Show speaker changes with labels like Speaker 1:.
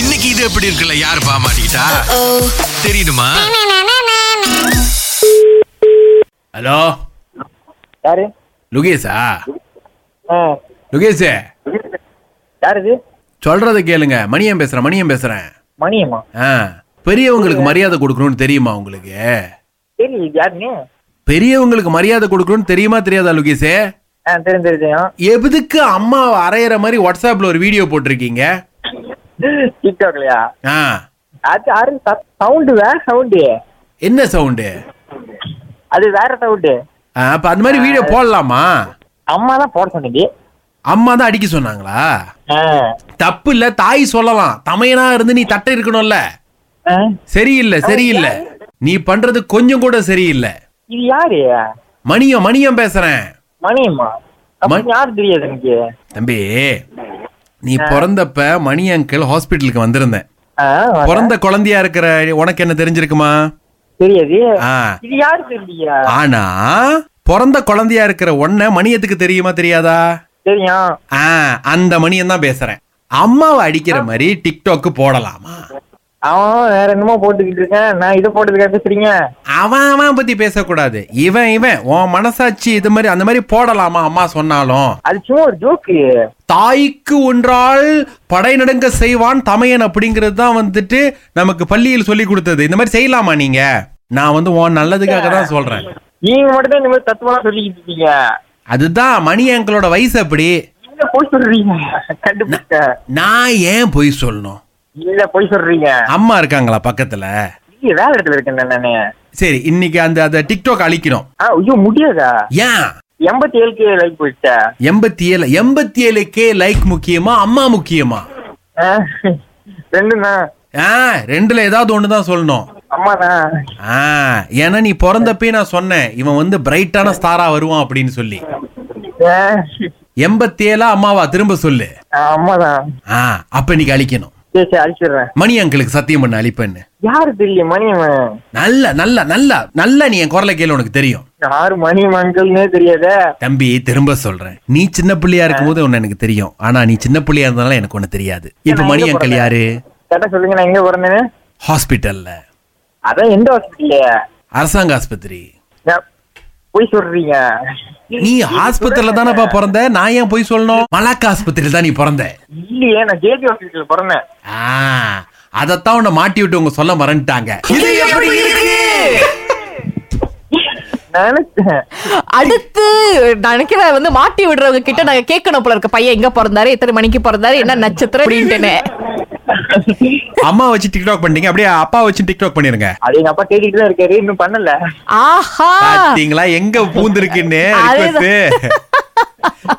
Speaker 1: இன்னைக்கு இது எப்படி இருக்குல்ல யாரு பாமாட்டா தெரியுமா
Speaker 2: ஹலோ
Speaker 3: யாரு
Speaker 2: லுகேஷா
Speaker 3: ஆ
Speaker 2: லுகேஷ்
Speaker 3: யார் இது
Speaker 2: சொல்றத கேளுங்க மணியம் பேசுறேன் மணியம் பேசுறேன்
Speaker 3: மணியம்மா
Speaker 2: ஆ பெரியவங்களுக்கு மரியாதை கொடுக்கணும்னு தெரியுமா உங்களுக்கு
Speaker 3: சரி இது யாருங்க
Speaker 2: பெரியவங்களுக்கு மரியாதை கொடுக்கணும்னு தெரியுமா தெரியாதா லுகேஷே
Speaker 3: ஆ தெரியும் தெரியும்
Speaker 2: எதுக்கு அம்மா அரையிற மாதிரி வாட்ஸ்அப்ல ஒரு வீடியோ போட்டிருக்கீங்க
Speaker 3: டிக்டாக்லயா
Speaker 2: ஆ
Speaker 3: அது யாரு சவுண்டு வேற சவுண்டு
Speaker 2: என்ன சவுண்டு
Speaker 3: அது வேற சவுண்டு
Speaker 2: அப்ப அந்த மாதிரி வீடியோ போடலாமா
Speaker 3: அம்மா தான் போட சொன்னீங்க
Speaker 2: அம்மா தான் அடிக்க சொன்னாங்களா
Speaker 3: ஆ
Speaker 2: தப்பு இல்ல தாய் சொல்லலாம் தமையனா இருந்து நீ தட்டை இருக்கணும்ல
Speaker 3: ஆ.
Speaker 2: சரியில்லை சரியில்லை நீ பண்றது கொஞ்சம் கூட சரியில்லை
Speaker 3: இது யாரு
Speaker 2: மணியம் மணியம் பேசுறேன்
Speaker 3: மணியம்மா அப்ப
Speaker 2: மணி-
Speaker 3: யாரு தெரியாது எனக்கு
Speaker 2: தம்பி நீ பிறந்தப்ப மணி அங்கிள் ஹாஸ்பிட்டலுக்கு வந்திருந்தேன்
Speaker 3: ஆ, வாங்க.
Speaker 2: பிறந்த குழந்தையா இருக்கிற உனக்கு என்ன தெரிஞ்சிருக்குமா
Speaker 3: தெரியாது
Speaker 2: ஆ.
Speaker 3: இது யாரு தெரியலையா
Speaker 2: ஆனா பிறந்த குழந்தையா இருக்கிற உன்னை மணியத்துக்கு தெரியுமா தெரியாதா
Speaker 3: தெரியும்
Speaker 2: ஆ அந்த மணியம் தான் பேசுறேன் அம்மாவை அடிக்கிற மாதிரி டிக்டாக்கு போடலாமா
Speaker 3: அவன் வேற என்னமோ போட்டுக்கிட்டு இருக்கேன் நான் இதை போட்டதுக்காக பேசுறீங்க
Speaker 2: அவன் அவன் பத்தி பேசக்கூடாது இவன் இவன் உன் மனசாட்சி இது மாதிரி அந்த மாதிரி போடலாமா அம்மா சொன்னாலும்
Speaker 3: அது சும்மா ஒரு ஜோக்கு
Speaker 2: தாய்க்கு ஒன்றால் படை நடுங்க செய்வான் தமையன் அப்படிங்கிறது தான் வந்துட்டு நமக்கு பள்ளியில் சொல்லி கொடுத்தது இந்த மாதிரி செய்யலாமா நீங்க நான் வந்து உன் நல்லதுக்காக தான் சொல்றேன்
Speaker 3: நீங்க மட்டும் தான் இந்த மாதிரி தத்துவம் சொல்லிக்கிட்டு இருக்கீங்க
Speaker 2: அதுதான் மணி அங்கிளோட வயசு அப்படி
Speaker 3: இல்ல போய் சொல்றீங்க கண்டுபிடிச்ச
Speaker 2: நான் ஏன் பொய் சொல்லணும்
Speaker 3: இல்ல போய் சொல்றீங்க
Speaker 2: அம்மா இருக்காங்களா பக்கத்துல
Speaker 3: இல்ல வேற இடத்துல இருக்கேன் நானு
Speaker 2: சரி இன்னைக்கு அந்த அந்த டிக்டாக் அழிக்கணும்
Speaker 3: ஆ, ஐயோ முடியாதா
Speaker 2: ஏன்
Speaker 3: எண்பத்தி ஏழு கே லைக் போயிடுச்சா
Speaker 2: எண்பத்தி ஏழு எண்பத்தி ஏழு கே லைக் முக்கியமா அம்மா முக்கியமா
Speaker 3: ஆ, ரெண்டும் தான்
Speaker 2: ஆ ரெண்டுல ஏதாவது ஒன்று தான் சொல்லணும்
Speaker 3: அம்மா தான்
Speaker 2: ஆ ஏன்னா நீ பிறந்தப்பே நான் சொன்னேன் இவன் வந்து பிரைட்டான ஸ்டாரா வருவான் அப்படின்னு சொல்லி
Speaker 3: ஆ,
Speaker 2: எண்பத்தி ஏழா அம்மாவா திரும்ப சொல்லு
Speaker 3: ஆ, அம்மா தான்
Speaker 2: ஆ அப்ப நீ அழிக்கணும்
Speaker 3: சரி சரி அழிச்சிடுறேன்
Speaker 2: மணி அங்கிளுக்கு சத்தியம் பண்ண அழிப்பேன்னு
Speaker 3: யாரு தெரியும் மணியம்மன்
Speaker 2: நல்ல நல்ல நல்ல நல்ல நீ என் குரலை கேள்வி உனக்கு தெரியும்
Speaker 3: யாரு மணியம்மன்கள்னே தெரியாதே
Speaker 2: தம்பி திரும்ப சொல்றேன் நீ சின்ன பிள்ளையா இருக்கும் போது ஒன்னு எனக்கு தெரியும் ஆனா நீ சின்ன பிள்ளையா இருந்தாலும் எனக்கு ஒண்ணு தெரியாது இப்ப மணி அங்கிள் யாரு
Speaker 3: கரெக்டா சொல்லுங்க நான் எங்க பிறந்தேன்னு
Speaker 2: ஹாஸ்பிட்டல்ல
Speaker 3: அதான் எந்த ஹாஸ்பிட்டல்
Speaker 2: அரசாங்க ஆஸ்பத்திரி
Speaker 3: போய் சொல்றீங்க
Speaker 2: நீ ஆஸ்பத்திரியில தானப்பா பிறந்த நான் ஏன் போய் சொல்லணும் மலாக்கா ஆஸ்பத்திரியில தான் நீ பிறந்த
Speaker 3: இல்லையே நான் ஜேபி ஹாஸ்பிட்டல் பிறந்தேன்
Speaker 2: ஆ, அதத்தான் உன்னை மாட்டி விட்டு உங்க சொல்ல மறந்துட்டாங்க இது எப்படி
Speaker 3: நினைச்சேன்
Speaker 4: அடுத்து நான் நினைக்கிறேன் வந்து மாட்டி விடுறவங்க கிட்ட நாங்க கேட்கணும் போல இருக்க பையன் எங்க பிறந்தாரு எத்தனை மணிக்கு பிறந்தாரு என்ன நட்சத்திரம் அப்படின்ட்டுன்னு
Speaker 2: அம்மா வச்சு டிக்டாக் பண்ணீங்க அப்படியே அப்பா வச்சு டிக்டாக் பண்ணிருங்க
Speaker 3: அது எங்க அப்பா கேட்டுட்டு தான் இருக்காரு இன்னும் பண்ணல
Speaker 4: ஆஹா
Speaker 2: பாத்தீங்களா எங்க பூந்திருக்குன்னு
Speaker 4: அதேதான்.
Speaker 2: request.